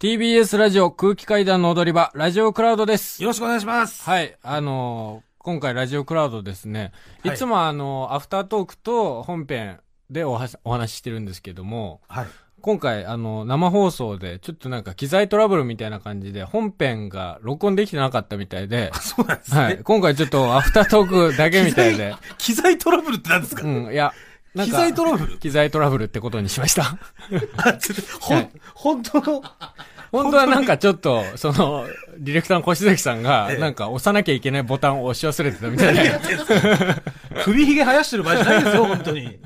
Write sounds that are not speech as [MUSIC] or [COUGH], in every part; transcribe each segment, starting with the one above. TBS ラジオ空気階段の踊り場、ラジオクラウドです。よろしくお願いします。はい、あのー今回ラジオクラウドですね。いはいつもあのーアフタートークと本編でおはしお話ししてるんですけども、はい。、今回あのー生放送でちょっとなんか機材トラブルみたいな感じで本編が録音できてなかったみたいで [LAUGHS] そうなんですね。はい、今回ちょっとアフタートークだけみたい [LAUGHS] で、機材トラブルって何ですか、うん、いや、なん機か材トラブル機材トラブルってことにしました。あ、ちょっと、ほはんい、本当の、本当はなんかちょっと、その、ディレクターの越崎さんがえ、えなんか押さなきゃいけないボタンを押し忘れてたみたい [LAUGHS] で、首ひげ生やしてる場合じゃないですよ、本当に。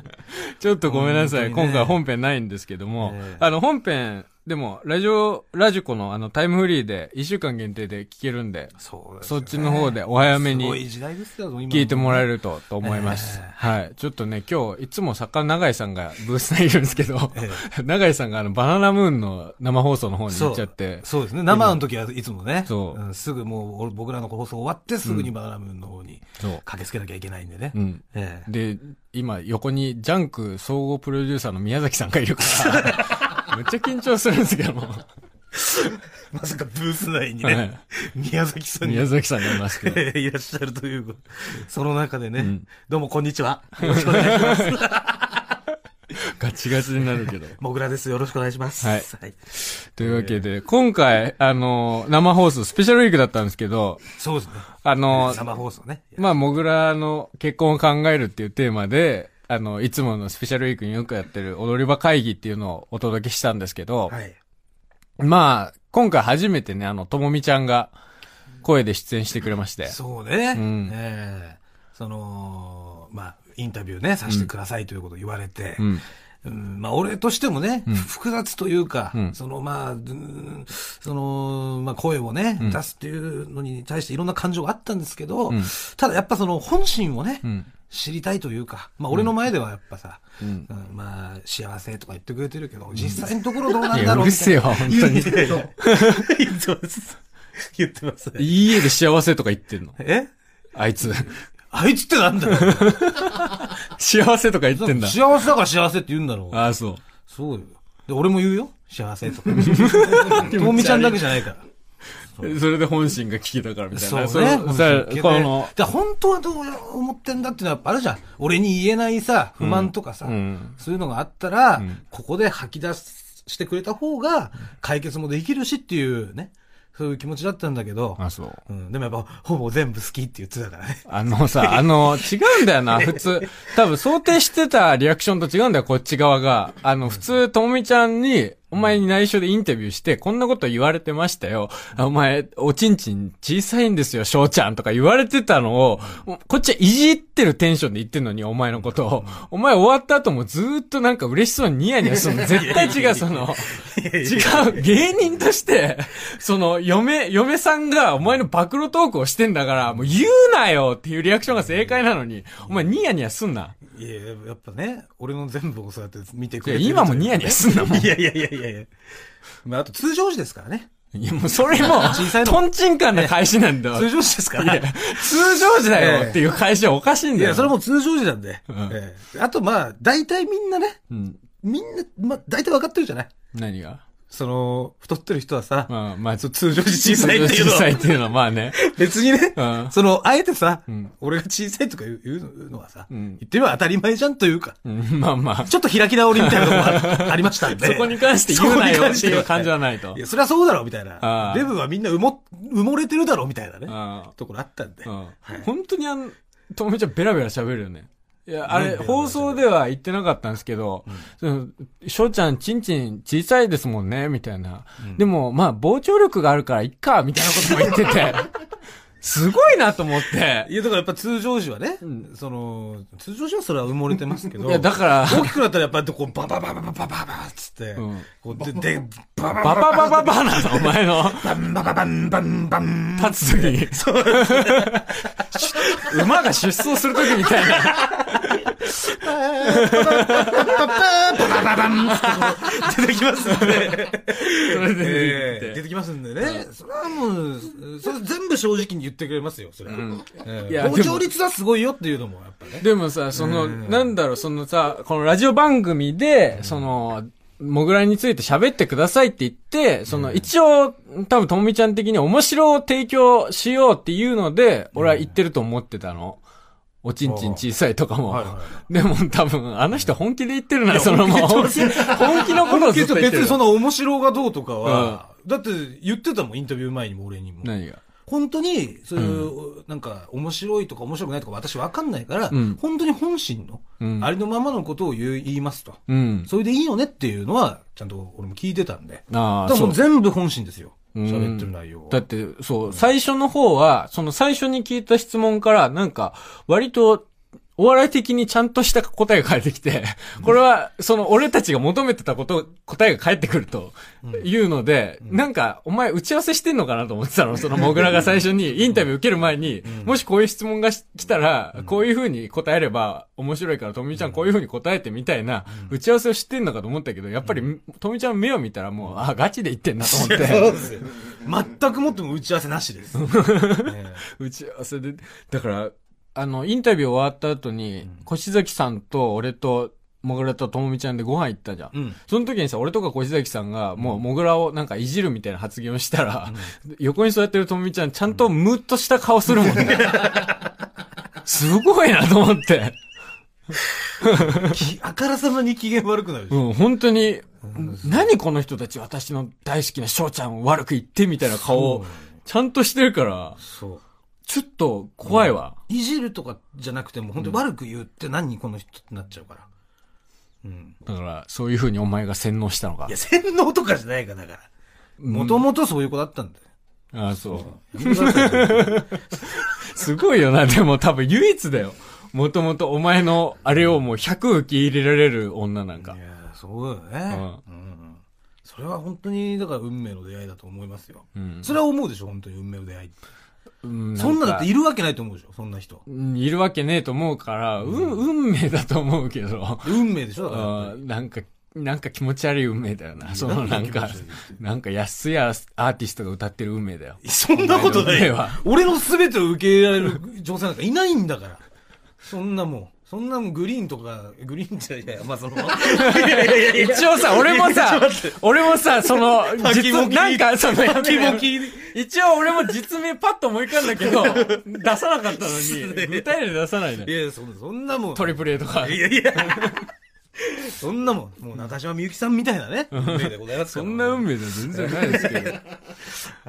ちょっとごめんなさい。本当にね今回本編ないんですけどもええ、あの本編、でも、ラジオ、ラジコのあのタイムフリーで1週間限定で聞けるんで、そうですそねっちの方でお早めすごいに時代ですよ、今の。聞いてもらえる。ると、と思います。はい。ちょっとね、今日、いつも作家の永井さんがブースにいるんですけど、 [LAUGHS] 永井さんがあのバナナムーンの生放送の方に行っちゃって、そうですね。生の時はいつもね。そうんすぐもう俺、僕らの放送終わって、すぐにバナナムーンの方にそう駆けつけなきゃいけないんでね。うん。ええで、今、横にジャンク総合プロデューサーの宮崎さんがいる [LAUGHS] から、めっちゃ緊張するんですけども。まさかブース内にはねい、宮崎さんに宮崎さんがいますけど。 [LAUGHS] ええいらっしゃるということ。その中でね、んどうもこんにちは。よろしくお願いします。ガチガチになる [LAUGHS] けど。もぐらです。よろしくお願いします。はいはい、というわけで、今回、あの、生放送、スペシャルウィークだったんですけど、そうですね。あ [LAUGHS] の、生放送ね。まあ、モグラの結婚を考えるっていうテーマで、あの、いつものスペシャルウィークによくやってる踊り場会議っていうのをお届けしたんですけど、はい。まあ、今回初めてね、あの、ともみちゃんが声で出演してくれまして、そうね。うんええその、まあ、インタビューね、させてくださいということを言われて、うん。うんまあ、俺としてもね、複雑というか、んその、まあ、うんその、まあ、声をね、出すっていうのに対していろんな感情があったんですけど、んただやっぱその本心をね、うん。知りたいというか、まあ、俺の前ではやっぱさ、うんうんまあ、幸せとか言ってくれてるけど、実際のところどうないんやだろううるせえわ本当に言っ [LAUGHS] てそう言ってます。言ってます。いい家で幸せとか言ってんのえあいつ。 [LAUGHS] あいつってなんだよ。幸せとか言ってんだ。幸せだから幸せって言うんだろう。ああ、そう。そうよ。で、俺も言うよ。幸せ [LAUGHS] とか。とみちゃんだけじゃないから。それで本心が聞けたからみたいそうな。ね。の本さ当にこの、で本当はどう思ってんだっていうのはやっぱあるじゃん。俺に言えないさ、不満とかさ、うんそういうのがあったら、ここで吐き出してくれた方が解決もできるしっていうね、そういう気持ちだったんだけど、あ、そう。うん、でもやっぱほぼ全部好きって言ってた [LAUGHS] からね。あの [LAUGHS] さ、あの、違うんだよな、普通。多分想定してたリアクションと違うんだよ、こっち側が。あの、普通、ともみちゃんに、お前に内緒でインタビューして、こんなこと言われてましたよ。あお前、おちんちん小さいんですよ、翔ちゃんとか言われてたのを、こっちはいじってるテンションで言ってんのに、お前のことを。お前終わった後もずーっとなんか嬉しそうにニヤニヤするの。絶対違う、その。違う、芸人として、その、嫁、嫁さんがお前の暴露トークをしてんだから、もう言うなよっていうリアクションが正解なのに、お前ニヤニヤすんな。いや、やっぱね、俺の全部をそうやって見てくいや、れてる今もニヤニヤすんな、もう。 [LAUGHS] いやいやいやいやいや。まあ、あと通常時ですからね。いや、もうそれも小さい、のトンチンカンな返しなんだわ。通常時ですから。いや、通常時だよっていう返しはおかしいんだよ。それも通常時なんで。んええあとまあ、大体みんなね、うん。みんな、まあ、大体分かってるじゃない何がその、太ってる人はさ、まあ、まあ、ちょっと通常時小さいっていうの小さいは、っていうのは、まあね。別にね、うんその、あえてさ、ん俺が小さいとか言う言うのはさ、ん言ってみれば当たり前じゃんというか、うんまあまあ。ちょっと開き直りみたいなの [LAUGHS] もあありましたんで。そこに関して言うなよっていう感じはない。ないとい。や、そりゃそうだろ、みたいあなあ。デブはみんな埋も、埋もれてるだろ、みたいなね。ああところあったんで。うん本当にあの、ともみちゃんベラベラ喋るよね。いや、あれ、ベラベラ喋る放送では言ってなかったんですけど、その翔ちゃん、ちんちん小さいですもん [LAUGHS] ね、みたいな。でも、まあ、膨張力があるから、いっか、みたいなことも言ってて。すごいなと思って。いや、だからやっぱ通常時はね、んその、通常時はそれは埋もれてますけど、いや、だ [LAUGHS] から、大きくなったらやっぱりこう、ババババババババっつって、うんこう、で、で、ババババババババなんだ、お前の。バンバババンバンバン。立つときに。 [LAUGHS] [LAUGHS] 馬が出走するときみたいな。ババババンって出てきますんで。それで [LAUGHS] ええ言って出てきますんでね。それはもう、それ全部正直に言ってくれますよ、それは。ええいや膨張率はすごいよっていうのも、やっぱね。でもさ、その、なんだろう、そのさ、このラジオ番組で、その、モグラについて喋ってくださいって言って、その、一応、多分、ともみちゃん的に面白を提供しようっていうので、俺は言ってると思ってたの。おちんちん小さいとかもはいはいは。でも多分、あの人本気で言ってるな、そのもう、本気のことをずっ結と構言って別るに。そんな面白がどうとかは、だって言ってたもん、インタビュー前にも俺にも。何が本当に、そういう、なんか、面白いとか面白くないとか私わかんないから、うん本当に本心の、うんありのままのことを言う言いますと。うん。それでいいよねっていうのは、ちゃんと俺も聞いてたんで。あだあ、からもうそう全部本心ですよ。うん喋ってる内容はだって、そう、最初の方は、その最初に聞いた質問から、なんか、割と、お笑い的にちゃんとした答えが返ってきて、これは、その、俺たちが求めてたこと、答えが返ってくると、いうので、なんか、お前打ち合わせしてんのかなと思って [LAUGHS] たの、その、モグラが最初に、インタビュー受ける前に、もしこういう質問がし来たら、こういう風に答えれば面白いから、とみちゃんこういう風に答えてみたいな、打ち合わせをしてんのかと思ったけど、やっぱり、とみちゃんの目を見たらもう、あ、ガチで言ってんなと思っ [LAUGHS] て。そうですよ。 [LAUGHS] 全くもっても打ち合わせな [LAUGHS] しです。ね打ち合わせで、だから、あの、インタビュー終わった後に、越崎さんと俺と、もぐらとともみちゃんでご飯行ったじゃん。うんその時にさ、俺とか越崎さんが、もう、もぐらをなんかいじるみたいな発言をしたら、 [LAUGHS] 横に座ってるともみちゃん、ちゃんとムッとした顔するもん [LAUGHS] ね。すごいなと思って。きあからさまに機嫌悪くなるでしょうん、本当に、何この人たち私の大好きな翔ちゃんを悪く言ってみたいな顔をそう、ちゃんとしてるから、そう。ちょっと怖いわ。いじるとかじゃなくても、本当に悪く言うって何この人ってなっちゃうから。うん。だから、そういう風にお前が洗脳したのかいや、。洗脳とかじゃないから、だから。もともとそういう子だったんだよ。ああ、そう。やめてくださいよすごいよな。でも多分唯一だよ。もともとお前のあれをもう100受け入れられる女なんかい。や、そうだよね。うんうん。それは本当に、だから運命の出会いだと思いますよ。それは思うでしょ、本当に運命の出会いって。うんそんなだっていいるわけないと思うでしょ、そんな人。いるわけねえと思うから、うん、運命だと思うけど、運命でしょ、だからやっぱあり。ーなんか、なんか気持ち悪い運命だよな。そのなんなんかか気持ち悪、なんか安いアーティストが歌ってる運命だよ。そんなことない運命はよ。俺の全てを受け入れられる女性なんかいないんだから。そんなもん。そんなもんグリーンとか、グリーンじゃいやいや、ま [LAUGHS] あその。いやいやいやいや一応さ、俺もちょさっと待って、俺もさ、その、実、ボキなんか、その、やめろやめろボキボ一応俺も実名パッと思い浮かんだ [LAUGHS] けど、出さなかったのに、具体例出さないいね。やいや、そんなそんなもん。トリプル A とか。いやいや。そんなもん。もう中島みゆきさんみたいなね。運命でございますかそらんな運命じゃ全然ないですけ [LAUGHS] ど。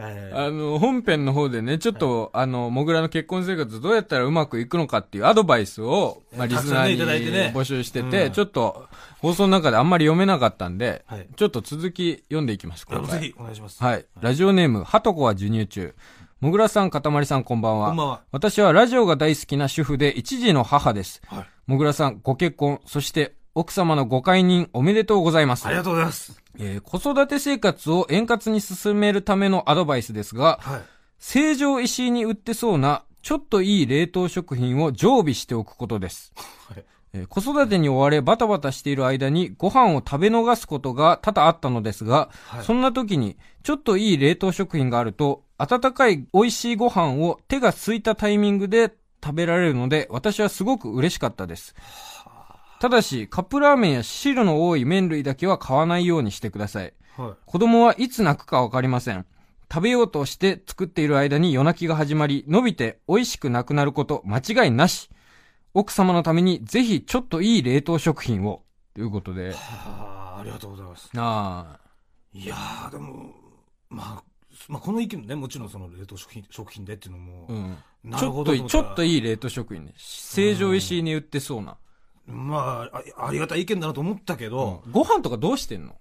はいあの、本編の方でね、ちょっと、あの、モグラの結婚生活どうやったらうまくいくのかっていうアドバイスを、まあ、リたくスさナーんねにいただいてね募集してうて、んちょっと、放送の中であんまり読めなかったんではい、ちょっと続き読んでいきます、今回ぜひ、お願いします。はい。ラジオネーム、はとこは授乳中。もぐらさん、かたまりさん、こんばんは。こんばんは私はラジオが大好きな主婦で、一児の母です。はいもぐらさん、ご結婚、そして、奥様のご解任、おめでとうございます。ありがとうございます。えー子育て生活を円滑に進めるためのアドバイスですが、はい。成城石井に売ってそうな、ちょっといい冷凍食品を常備しておくことです。はいえー子育てに追われバタバタしている間にご飯を食べ逃すことが多々あったのですが、はいそんな時にちょっといい冷凍食品があると、温かい美味しいご飯を手が空いたタイミングで食べられるので、私はすごく嬉しかったです。ただし、カップラーメンや汁の多い麺類だけは買わないようにしてください。は子供はいつ泣くかわかりません。食べようとして作っている間に夜泣きが始まり、伸びて美味しくなくなること間違いなし。奥様のためにぜひちょっといい冷凍食品を。ということで。い。はあ、ありがとうございます。ああ。いやー、でも、まあ、まあ、この意見もね、もちろんその冷凍食品、食品でっていうのも、うん。なちるょほっとどとい思い、っちたょらっといい冷凍食品ね。成城石井に売ってそうな。まああ、ありがたい意見だなと思ったけど、うんご飯とかどうしてんの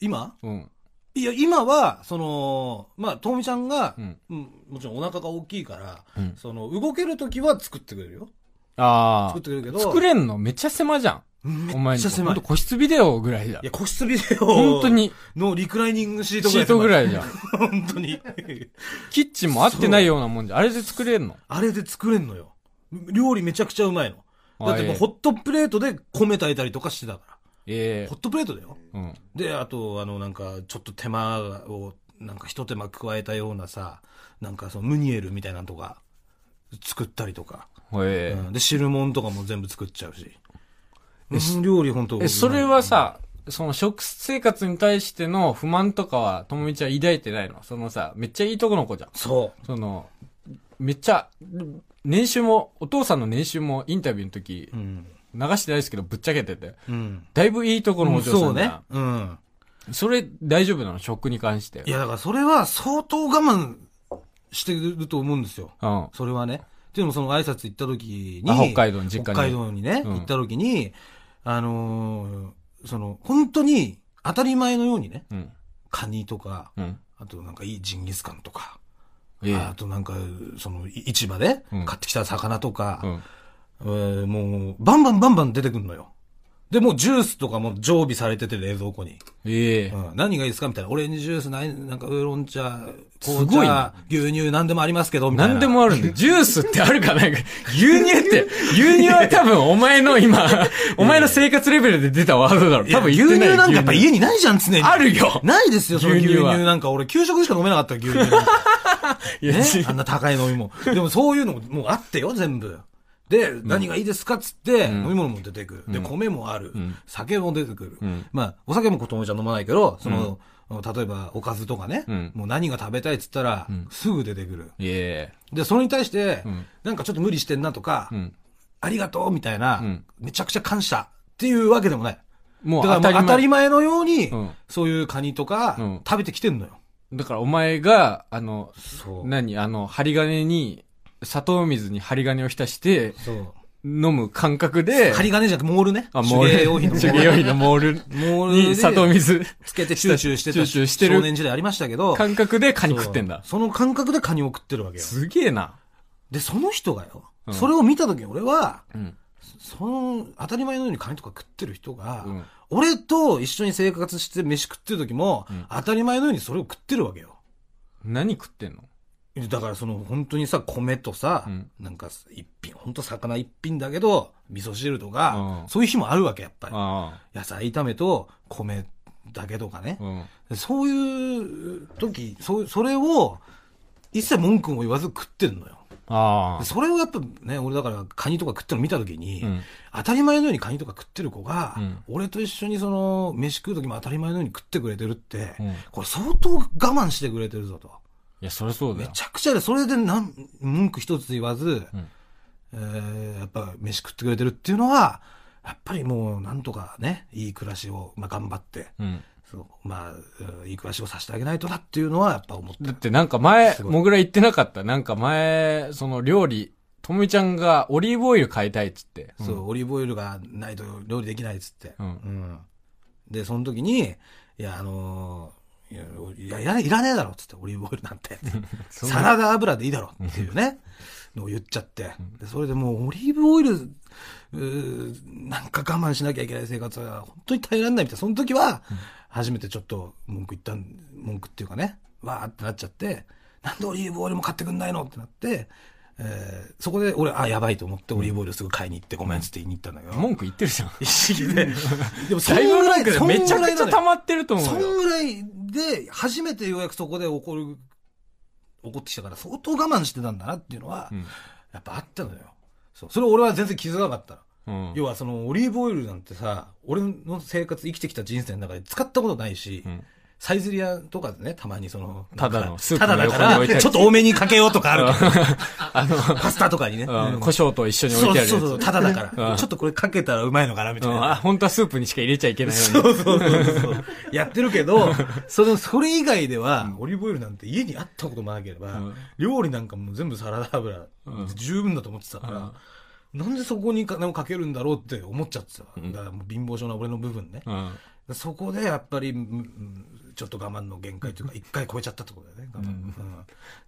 今うん。いや、今は、その、まあ、ともみちゃんが、うんうんもちろんお腹が大きいから、うんその、動けるときは作ってくれるよ。あ作あ。ってくれるけど、作れんのめっちゃ狭じゃん。おめ前っんちとゃこ狭ほんいと。個室ビデオぐらいじゃんい。や、個室ビデオ。本当。に、のリクライニングシートぐシらい。ートぐい。らいじゃん。本当に。キッチンも合ってないようなもんじゃん。あれで作れんのあれで作れんのよ。料理めちゃくちゃうまいの。だってもあえうえホットプレートで米炊いたりとかしてたかえら。ホットプレートだよ。えうん。で、あと、あの、なんか、ちょっと手間を、なんか一手間加えたようなさ、なんかそのムニエルみたいなのとか、作ったりとか。えうんで、汁物とかも全部作っちゃうし。うん料理本当ええ、それは、さ、その食生活に対しての不満とかは、ともみちゃん抱いてないのそのさ、めっちゃいいとこの子じゃん。そその、めっちゃ、年収も、お父さんの年収もインタビューの時う。う、ん。流してないですけど、ぶっちゃけてて。うん。だいぶいいとこのお嬢さんそうだね。うん。それ、大丈夫なの食に関して。いや、だからそれは相当我慢してると思うんですよ。うん。それはね。っていうのもその挨拶行った時に、あ北海道の実家に北海道にね、うん行った時に、あのーその、本当に当たり前のようにね、うん。カニとか、うん。あとなんかいいジンギスカンとか、ええあとなんか、その、い市場でうん買ってきた魚とうか、ん。えーもう、バンバンバンバン出てくるのよ。で、もうジュースとかも常備されてて、冷蔵庫に。ええうん、何がいいですかみたいな。オレンジジュース、ないなんかウーロン茶、す紅ごい茶な、牛乳、何でもありますけど、みたいな。何でもあ [LAUGHS] るんで、ジュースってあるかないか。牛乳って、牛乳は多分お前の [LAUGHS] 今、お前の生活レベルで出たワードだろ。いや多分牛言って乳いなんかやっぱ家にないじゃん、常に。あるよないですよ、その牛牛乳乳はなんか。俺、給食しか飲めなかった、牛乳 [LAUGHS] なんか。いやね違うあんな高い飲み物。でもそういうのももうあってよ、全部。で、何がいいですかっつって、飲み物も出てくる。で、米もある。酒も出てくる。まあ、お酒もこともちゃん飲まないけど、その、例えば、おかずとかね、うんもう何が食べたいっつったら、すぐ出てくる。えで、それに対して、なんかちょっと無理してんなとか、えうん。ありがとうみたいな、んめちゃくちゃ感謝っていうわけでもない。もうだから当もたうり前。当たり前のように、うんそういうカニとか、うん食べてきてんのよ。だからお前が、あの、そう。何あの、針金に、砂糖水に針金を浸して、そう。飲む感覚で、針金じゃなくてモールね。あ、モール。手芸用品のモ [LAUGHS] ー手ル。芸用品のモールモールにで砂糖水つけてチューチューしてた。チューチューしてる少年時代ありましたけど。感覚でカニ食ってんだそう。その感覚でカニを食ってるわけよ。すげえな。で、その人がよ、うんそれを見た時俺は、うん。その、当たり前のようにカニとか食ってる人が、うん俺と一緒に生活して飯食ってる時も、ん当たり前のようにそれを食ってるわけよ。何食ってんのだからその本当にさ、米とさ、うんなんか一品、本当魚一品だけど、味噌汁とか、うんそういう日もあるわけ、やっぱり。あ野菜炒めと米だけとかねあ。。うん。そういう時、そうそれを、一切文句も言わず食ってんのよ。あであ。それをやっぱね、俺だからカニとか食ってるの見た時に、うん当たり前のようにカニとか食ってる子が、うん俺と一緒にその、飯食う時も当たり前のように食ってくれてるって、うんこれ相当我慢してくれてるぞと。いや、そりゃそうだめよ。ちゃくちゃで、それでなん文句一つ言わず、うんえーやっぱ飯食ってくれてるっていうのは、やっぱりもうなんとかね、いい暮らしを、まあ、頑張って、うん。そうまあうん、いい暮らしをさせてあげないとなっていうのはやっぱ思ってだっる。てなんか前、すごいもぐら言ってなかった。なんか前、その料理、ともみちゃんがオリーブオイル買いたいっつって。そう、オリーブオイルがないと料理できないっつって。うんんで、その時に、いや、あのーいやいや、いらねえだろっつって、オリーブオイルなん [LAUGHS] て。サラダ油でいいだろっていうね、のを言っちゃって。でそれでもう、オリーブオイル、うーなんか我慢しなきゃいけない生活は本当に耐えられないみたいな。その時は、初めてちょっと文句言ったん、文句っていうかね、わーってなっちゃって、なんでオリーブオイルも買ってくんないのってなって、えーそこで俺、あ、やばいと思ってオリーブオイルすぐ買いに行ってごめんっつって言いに行ったんだけど。文句言ってるじゃん。一式で。でもそんだいぶぐら文い、句でそんぐらいめちゃくちゃ溜ままってるとそ思んうよ。ぐらいで、初めてようやくそこで怒る、怒ってきたから相当我慢してたんだなっていうのは、んやっぱあったのよ。そう。それ俺は全然気づかなかったの。うん。要はそのオリーブオイルなんてさ、俺の生活、生きてきた人生の中で使ったことないし、んサイゼリアとかでね、たまにその、ただのなんかスープただのだ横かに置いてあら、るちょっと多めにかけようとかあるけど、あの、パスタとかにね。うんうん胡椒と一緒に置いそうてあるそやうつ。そう、ただだかうんら、ちょっとこれかけたらうまいのかな、みたういんなあ、。本当はスープにしか入れちゃいけないよそうそうそうそう。やってるけ [LAUGHS] ど、その、それ以外では、オリーブオイルなんて家にあったこともなければ、うん料理なんかも全部サラダ油で十分だと思ってたから、なんでそこに金をかけるんだろうって思っちゃってた。だからもう貧乏症な俺の部分ね。うに。うん。そこでやっぱり、うんうんちょっと我慢の限界というか、一回超えちゃったってことだよね、我慢。うん。だか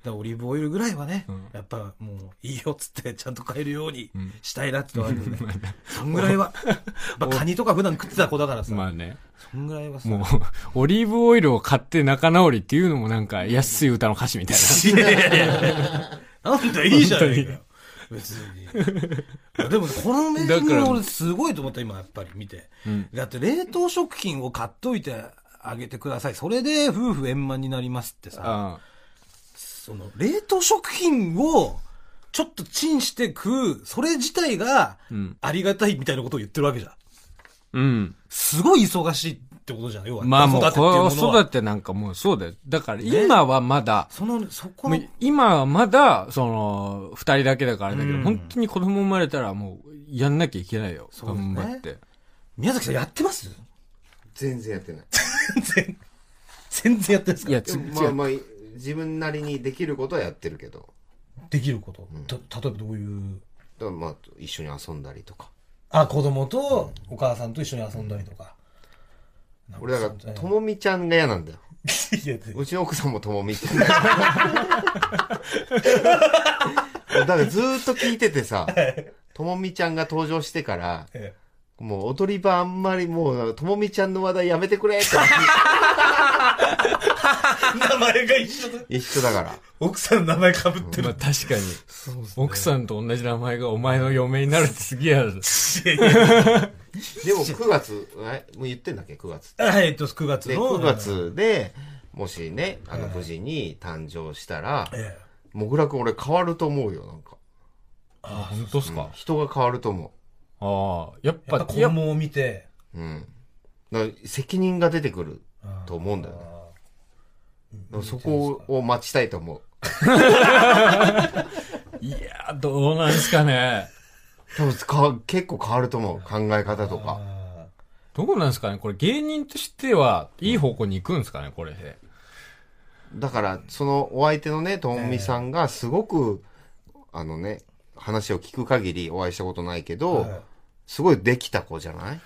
らオリーブオイルぐらいはね、やっぱもういいよっつって、ちゃんと買えるようにしたいなってのはあるよ [LAUGHS] ね。そんぐらい [LAUGHS] は。まあ、カニとか普段食ってた子だからさ、まあね。そんぐらいはさ、もう、オリーブオイルを買って仲直りっていうのもなんか安い歌の歌詞みたい [LAUGHS] いやいやいやなんだ、いいじゃないかよ。別に。でも、このメニュだかーら俺すごいと思った、今、やっぱり見て。だって、冷凍食品を買っといてあげてください。それで、夫婦円満になりますってさ、な。その、冷凍食品を、ちょっとチンして食う、それ自体がん、ありがたいみたいなことを言ってるわけじゃん。うん。すごい忙しいってことじゃん、要うは。ん。まあもう、子育てっていうも子のは育てなんかもうそうだよ。だから今はまだ、その、そこものう、今はまだ、その、二人だけだからだけど、うん本当に子供生まれたらもう、やんなきゃいけないよ。そうです頑ね張って。宮崎さんやってます全然やってない。 [LAUGHS] 全然やってないですかいや、つ違う。まあまあ、自分なりにできることはやってるけど、できること、た例えばどういうだからまあ、一緒に遊んだりとか。あ子供とお母さんと一緒に遊んだりとか、俺だかそら、うともみちゃんが嫌なんだよ。 [LAUGHS] いやうちの奥さんもともみって [LAUGHS] 言うんだよ。だからずーっと聞いててさ、ともみちゃんが登場してから、ええもう踊り場あんまりもう、ともみちゃんの話題やめてくれって名前が一緒だ一緒だから。奥さんの名前かぶってまある、確かに、奥さんと同じ名前がお前の嫁になるってすげえやる。[LAUGHS] でも9月、えもう言ってんだっけ ?9 月。はいえっと9月で、の9月で、もしね、あの、無事に誕生したら、ええもぐらくん俺変わると思うよ、なんか。あ、本当っすか。人が変わると思ああ、やっやっぱぱ、子いや供を見てう。うん。だから責任が出てくると思うんだよね。だからそこを待ちたいと思う。いやどうなんすかね。多分か、結構変わると思う。考え方とか。あどうなんすかねこれ芸人としては、いい方向に行くんすかねこれで。だから、そのお相手のね、ともみさんがすごく、あのね、話を聞く限りお会いしたことないけど、はいすごいできた子じゃない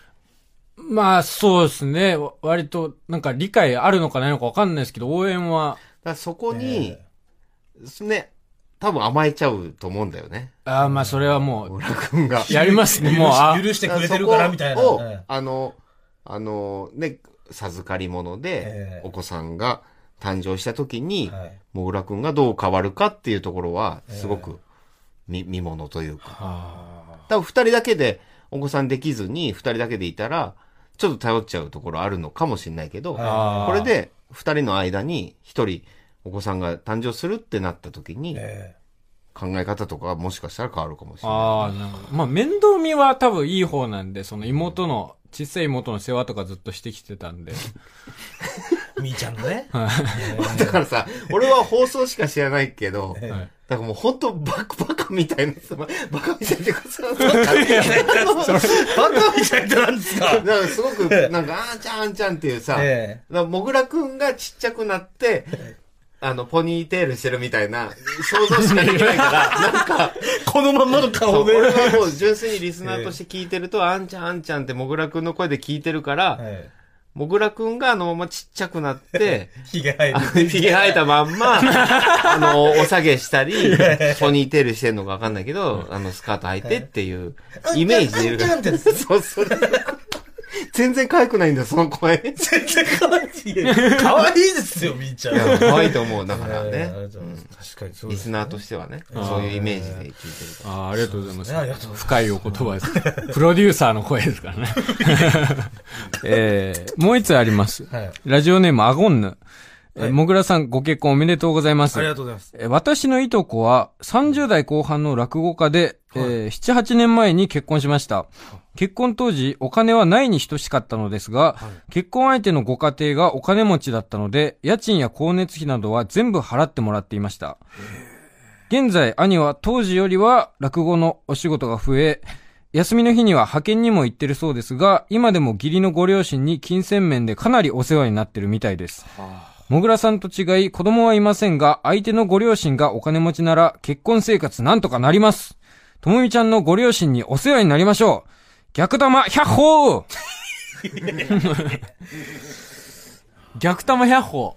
まあ、そうですね。わ割と、なんか理解あるのかないのかわかんないですけど、応援は、だからそこに、ね、多分甘えちゃうと思うんだよね。ああ、まあそれはも小倉くんが。う、やります許ね。しもう、あ許してくれてるからみたいなそこを、ええあの、あの、ね、授かり物ええで、お子さんが誕生した時にはい、もぐらくんがどう変わるかっていうところは、すごく見、見物というか。多分二人だけで、お子さんできずに、二人だけでいたら、ちょっと頼っちゃうところあるのかもしれないけど、はこれで、二人の間に、一人、お子さんが誕生するってなった時に、ええ考え方とかもしかしたら変わるかもしれない。ああ、なんか、まあ面倒見は多分いい方なんで、その妹の、小さい妹の世話とかずっとしてきてたんで。みーちゃんのね [LAUGHS] だからさ、俺は放送しか知らない [LAUGHS] けど、ええはいだからもう本当バカバカみたいな、そのバカみたいっていうか [LAUGHS] さ、バカみたいな、バカみたいえっとなんですかな。なんかすごく、なんか、あんちゃんあんちゃんっていうさ、えだからもぐらくんがちっちゃくなって、あの、ポニーテールしてるみたいな、想像しかでき [LAUGHS] ないから、なんか、このまんまのそ顔うで、俺はもう純粋にリスナーとして聞いてると、あんちゃんあんちゃんってもぐらくんの声で聞いてるから、ええもぐらくんがあのままちっちゃくなって、ひげ生えてひげ生えたまんま、あの、お下げしたり、ポニーテールしてんのかわかんないけど、あの、スカート履いてっていう、イメージでいるからあんちゃんあんちゃんってやつそう、それ。全然可愛くないんだよ、その声。全然可愛い。可愛いですよ、みーちゃん。いや可愛いと思う、だからええありね。がとうございます確かにそうリでスす。ナーとしてはね、そういうイメージで聞いてるかああ、ありがとうございます。そうですねありがとうございます深いお言葉です。プロデューサーの声ですから [LAUGHS] ね。えー、もう一つあります。はいラジオネーム、アゴンヌ。えーもぐらさん、ご結婚おめでとうございます。ありがとうございます。えー私のいとこは30代後半の落語家で、えー7、8年前に結婚しました。結婚当時、お金はないに等しかったのですが、結婚相手のご家庭がお金持ちだったので、家賃や光熱費などは全部払ってもらっていました。現在、兄は当時よりは落語のお仕事が増え、休みの日には派遣にも行ってるそうですが、今でも義理のご両親に金銭面でかなりお世話になってるみたいです。もぐらさんと違い、子供はいませんが、相手のご両親がお金持ちなら、結婚生活なんとかなります。ともみちゃんのご両親にお世話になりましょう。逆玉、百歩逆玉百歩。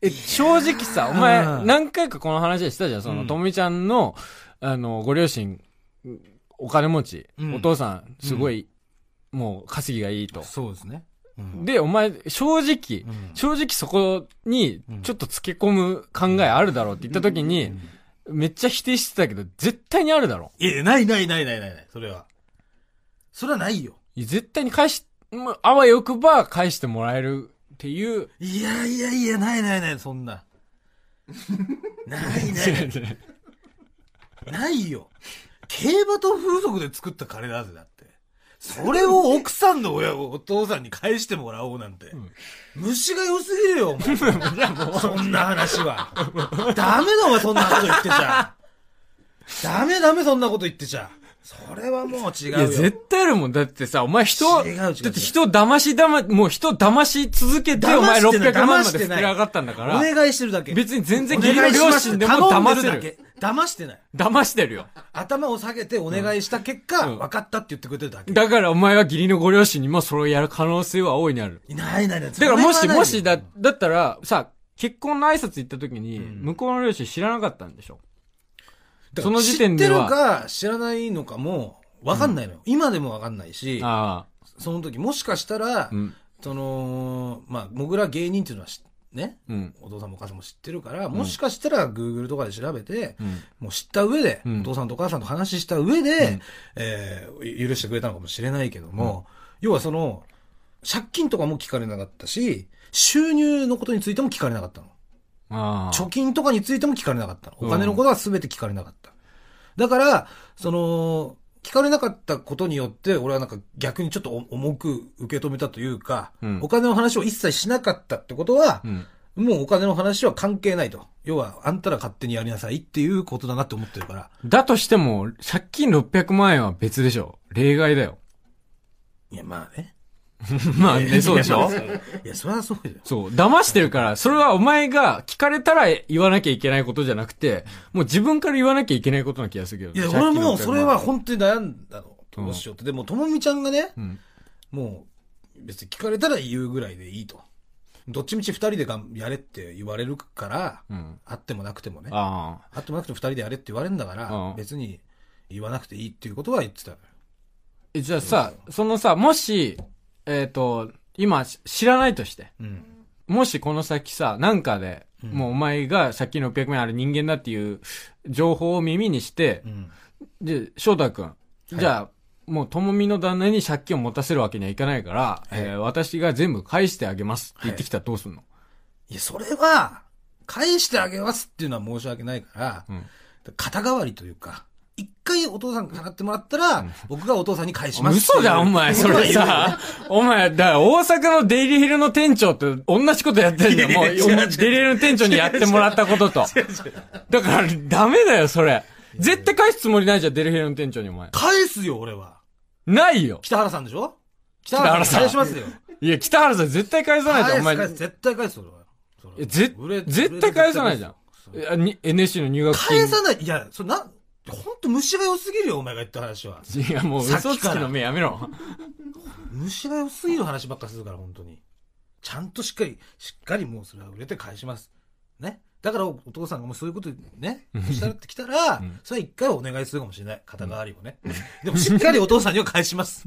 え、正直さ、お前う、ん何回かこの話したじゃん。その、ともみちゃんの、あの、ご両親、お金持ち、うんお父さん、すごい、もう、稼ぎがいいと。そうですね。うんで、お前、正直、うん正直そこに、ちょっと付け込む考えあるだろうって言った時に、めっちゃ否定してたけど、絶対にあるだろいや、ないないないないないない、それは。それはないよ。う。絶対に返し、もうあわよくば返してもらえるっていう、いやいやいや、ないないない、そん [LAUGHS] な。ないないない。ないよ。競馬と風俗で作った金だぜ、だって。それを奥さんの親をお父さんに返してもらおうなんて。虫が良すぎるよ、お [LAUGHS] 前。そんな話は。ダメだ、お前、そんなこと言ってちゃ。ダメダメ、そんなこと言ってちゃ。それはもう違いうよ。や、絶対あるもん。だってさ、お前人を、違う違う違うだって人を騙し騙、もう人を騙し続けて、お前騙してない600万ま騙しでてない膨れ上がったんだかおら、願いしてるだけ。別に全然お願い義理の両親でもしますって騙頼せんでる。だけ騙してない。騙してるよ。頭を下げてお願いした結果、うん分かったって言ってくれてるだけ。だからお前は義理のご両親にもそれをやる可能性は大いにある。いないないない。だからもし、それはないもしだ、だったら、さ、結婚の挨拶行った時に、ん向こうの両親知らなかったんでしょだかそらの時点では知ってるか知らないのかも、分かんないのよ。今でも分かんないし、あその時もしかしたら、あ。うん。その、まあ、もぐら芸人っていうのはしね、うん。お父さんもお母さんも知ってるから、もしかしたら Google とかで調べて、うん。もう知った上で、うんお父さんとお母さんと話した上で、えー許してくれたのかもしれないけども、要はその、借金とかも聞かれなかったし、収入のことについても聞かれなかったの。ああ。貯金とかについても聞かれなかったの。うんお金のことは全て聞かれなかった。だから、その、聞かれなかったことによって、俺はなんか逆にちょっと重く受け止めたというか、うんお金の話を一切しなかったってことはう、ん。もうお金の話は関係ないと。要は、あんたら勝手にやりなさいっていうことだなって思ってるから。だとしても、借金600万円は別でしょ。例外 [LAUGHS] だよ。いや、まあね。まあね、そうでしょいや、それはそうだよ。 [LAUGHS] そう、騙してるから、それはお前が聞かれたら言わなきゃいけないことじゃなくて、もう自分から言わなきゃいけないことな気がするいけど。や、俺もさっうきそのれテーマは、本当に悩んだの。どうしようって。でも、ともみちゃんがね、うん。もう、別に聞かれたら言うぐらいでいいと。どっちみち二人でがんやれって言われるから、うん。あってもなくてもね。あああ。ってもなくても二人でやれって言われるんだかうらん、別に言わなくていいっていうことは言ってたのよ。えじゃあさ、そのさ、もし、えっ、と、今、し知らないとして、うん。もしこの先さ、なんかで、うんもうお前が借金600万円ある人間だっていう情報を耳にしてう、ん。で、翔太くん、じゃあ、もう、ともみの旦那に借金を持たせるわけにはいかないから、えー私が全部返してあげますって言ってきたらどうすんの、いや、それは、返してあげますっていうのは申し訳ないから、うん肩代わりというか、一回お父さんが払ってもらったら、僕がお父さんに返しますっていう。嘘だ、お前、それさ。お前、だ、大阪のデイリーヒルの店長と同じことやってんだよ。もう、お前デイリーヒルの店長にやってもらったことと。だから、ダメだよ、それ。絶対返すつもりないじゃん、デイリーヒルの店長に、お前。返すよ、俺は。ないよ。北原さんでしょ北原さん返しますよ。いや、北原さん絶対返さないじゃん、お前。返す返す絶対返す、俺は。それはいやぜ売れ絶対返さないじゃん売れいやに NSC の入学金。返さない。いや、それな、ほんと虫が良すぎるよ、お前が言った話は。いや、もうさっきから嘘つきの目やめろ。 [LAUGHS] 虫が良すぎる話ばっかするから、本当に。ちゃんとしっかり、しっかりもうそれは売れて返します。ね。だからおお父さんがもうそういうことね、したらってきたら、それは一回お願いするかもしれない。肩代わりをね。でもしっかりお父さんには返します。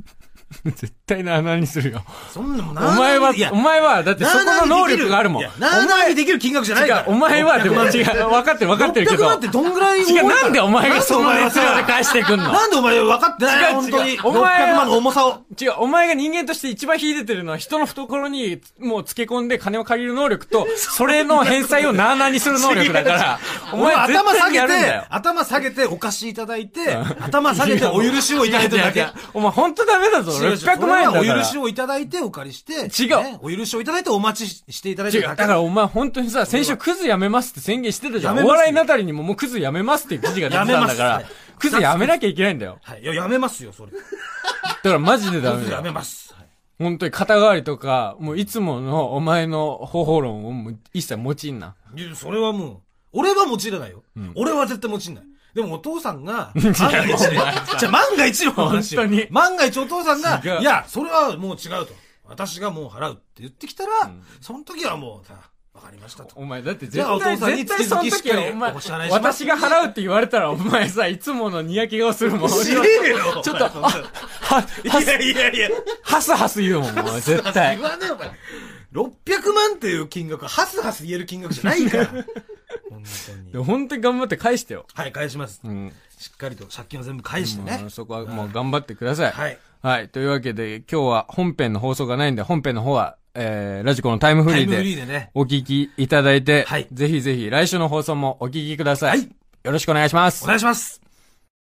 絶対な、穴にするよ。そんなもんおな前は、お前は、だってなそこの能力があるもん。なあなあにできる金額じゃない違からう。お前は、でも違う、分かってる分かってるけ600ど。万ってどんぐらい重い違う、かなんでお前がその熱量で返してくんのなんでお前分かってな違いう本当に。違うお前600万の重さを。 [LAUGHS] 違う、お前が人間として一番秀でてるのは人の懐にもうつけ込んで金を借りる能力 [LAUGHS] と、それの返済をなあなあにする能力だから、お前俺頭頭下下げげて、て、頭下げてお貸しいただいて、頭 [LAUGHS] 下げてお許しをいただいてるだいけやいや。お前ほんとダメだぞ、違う違う600万円だ俺かはおら許。しをいただいてお借りして、違うねお許しをいただいてお待ちしていただい違てう、るだだかけ。らお前本当にさ、先週クズやめますって宣言してたじゃん。やめおますよ笑いなたりにももうクズやめますっていう記事が出てたんやめまだすかはらい、クズやめなきゃいけないんだよ。はい。いや、やめますよ、それ。だからマジでダメだやめよ。ます。はい本当に肩代わりとか、もういつものお前の方法論をもう一切用いんな。いやそれはもう、俺は持ち入れないよ。俺は絶対持ち入れない。でもお父さ [LAUGHS] んが、万が一ね、じゃあ万が一の話よ本当に万が一お父さんが違う、いや、それはもう違うと。私がもう払うって言ってきたら、その時はもうさ、わかりましたと。お前、だってじゃあ絶対、お父さんに絶対その月々しっ時かりは、お前、お支払いします私が払うって言われたら、お前さ、いつものにやけ顔するもん。知俺れはよちょっと、あ、お前は、は、いやいやいや。はすはす言うもん、 [LAUGHS] お前絶対言。わねえお前。600万っていう金額は、ハスハス言える金額じゃないから。 [LAUGHS] 本当でに。本当に頑張って返してよ。はい、返します。うん。しっかりと借金を全部返してうねん。そこはもう頑張ってください。はい。はい。というわけで、今日は本編の放送がないんで、本編の方は、えー、ラジコのタイムフタリイームで。フリーでね。お聞きいただいて、はいぜひぜひ来週の放送もお聞きください。はいよろしくお願いしますお。願いします。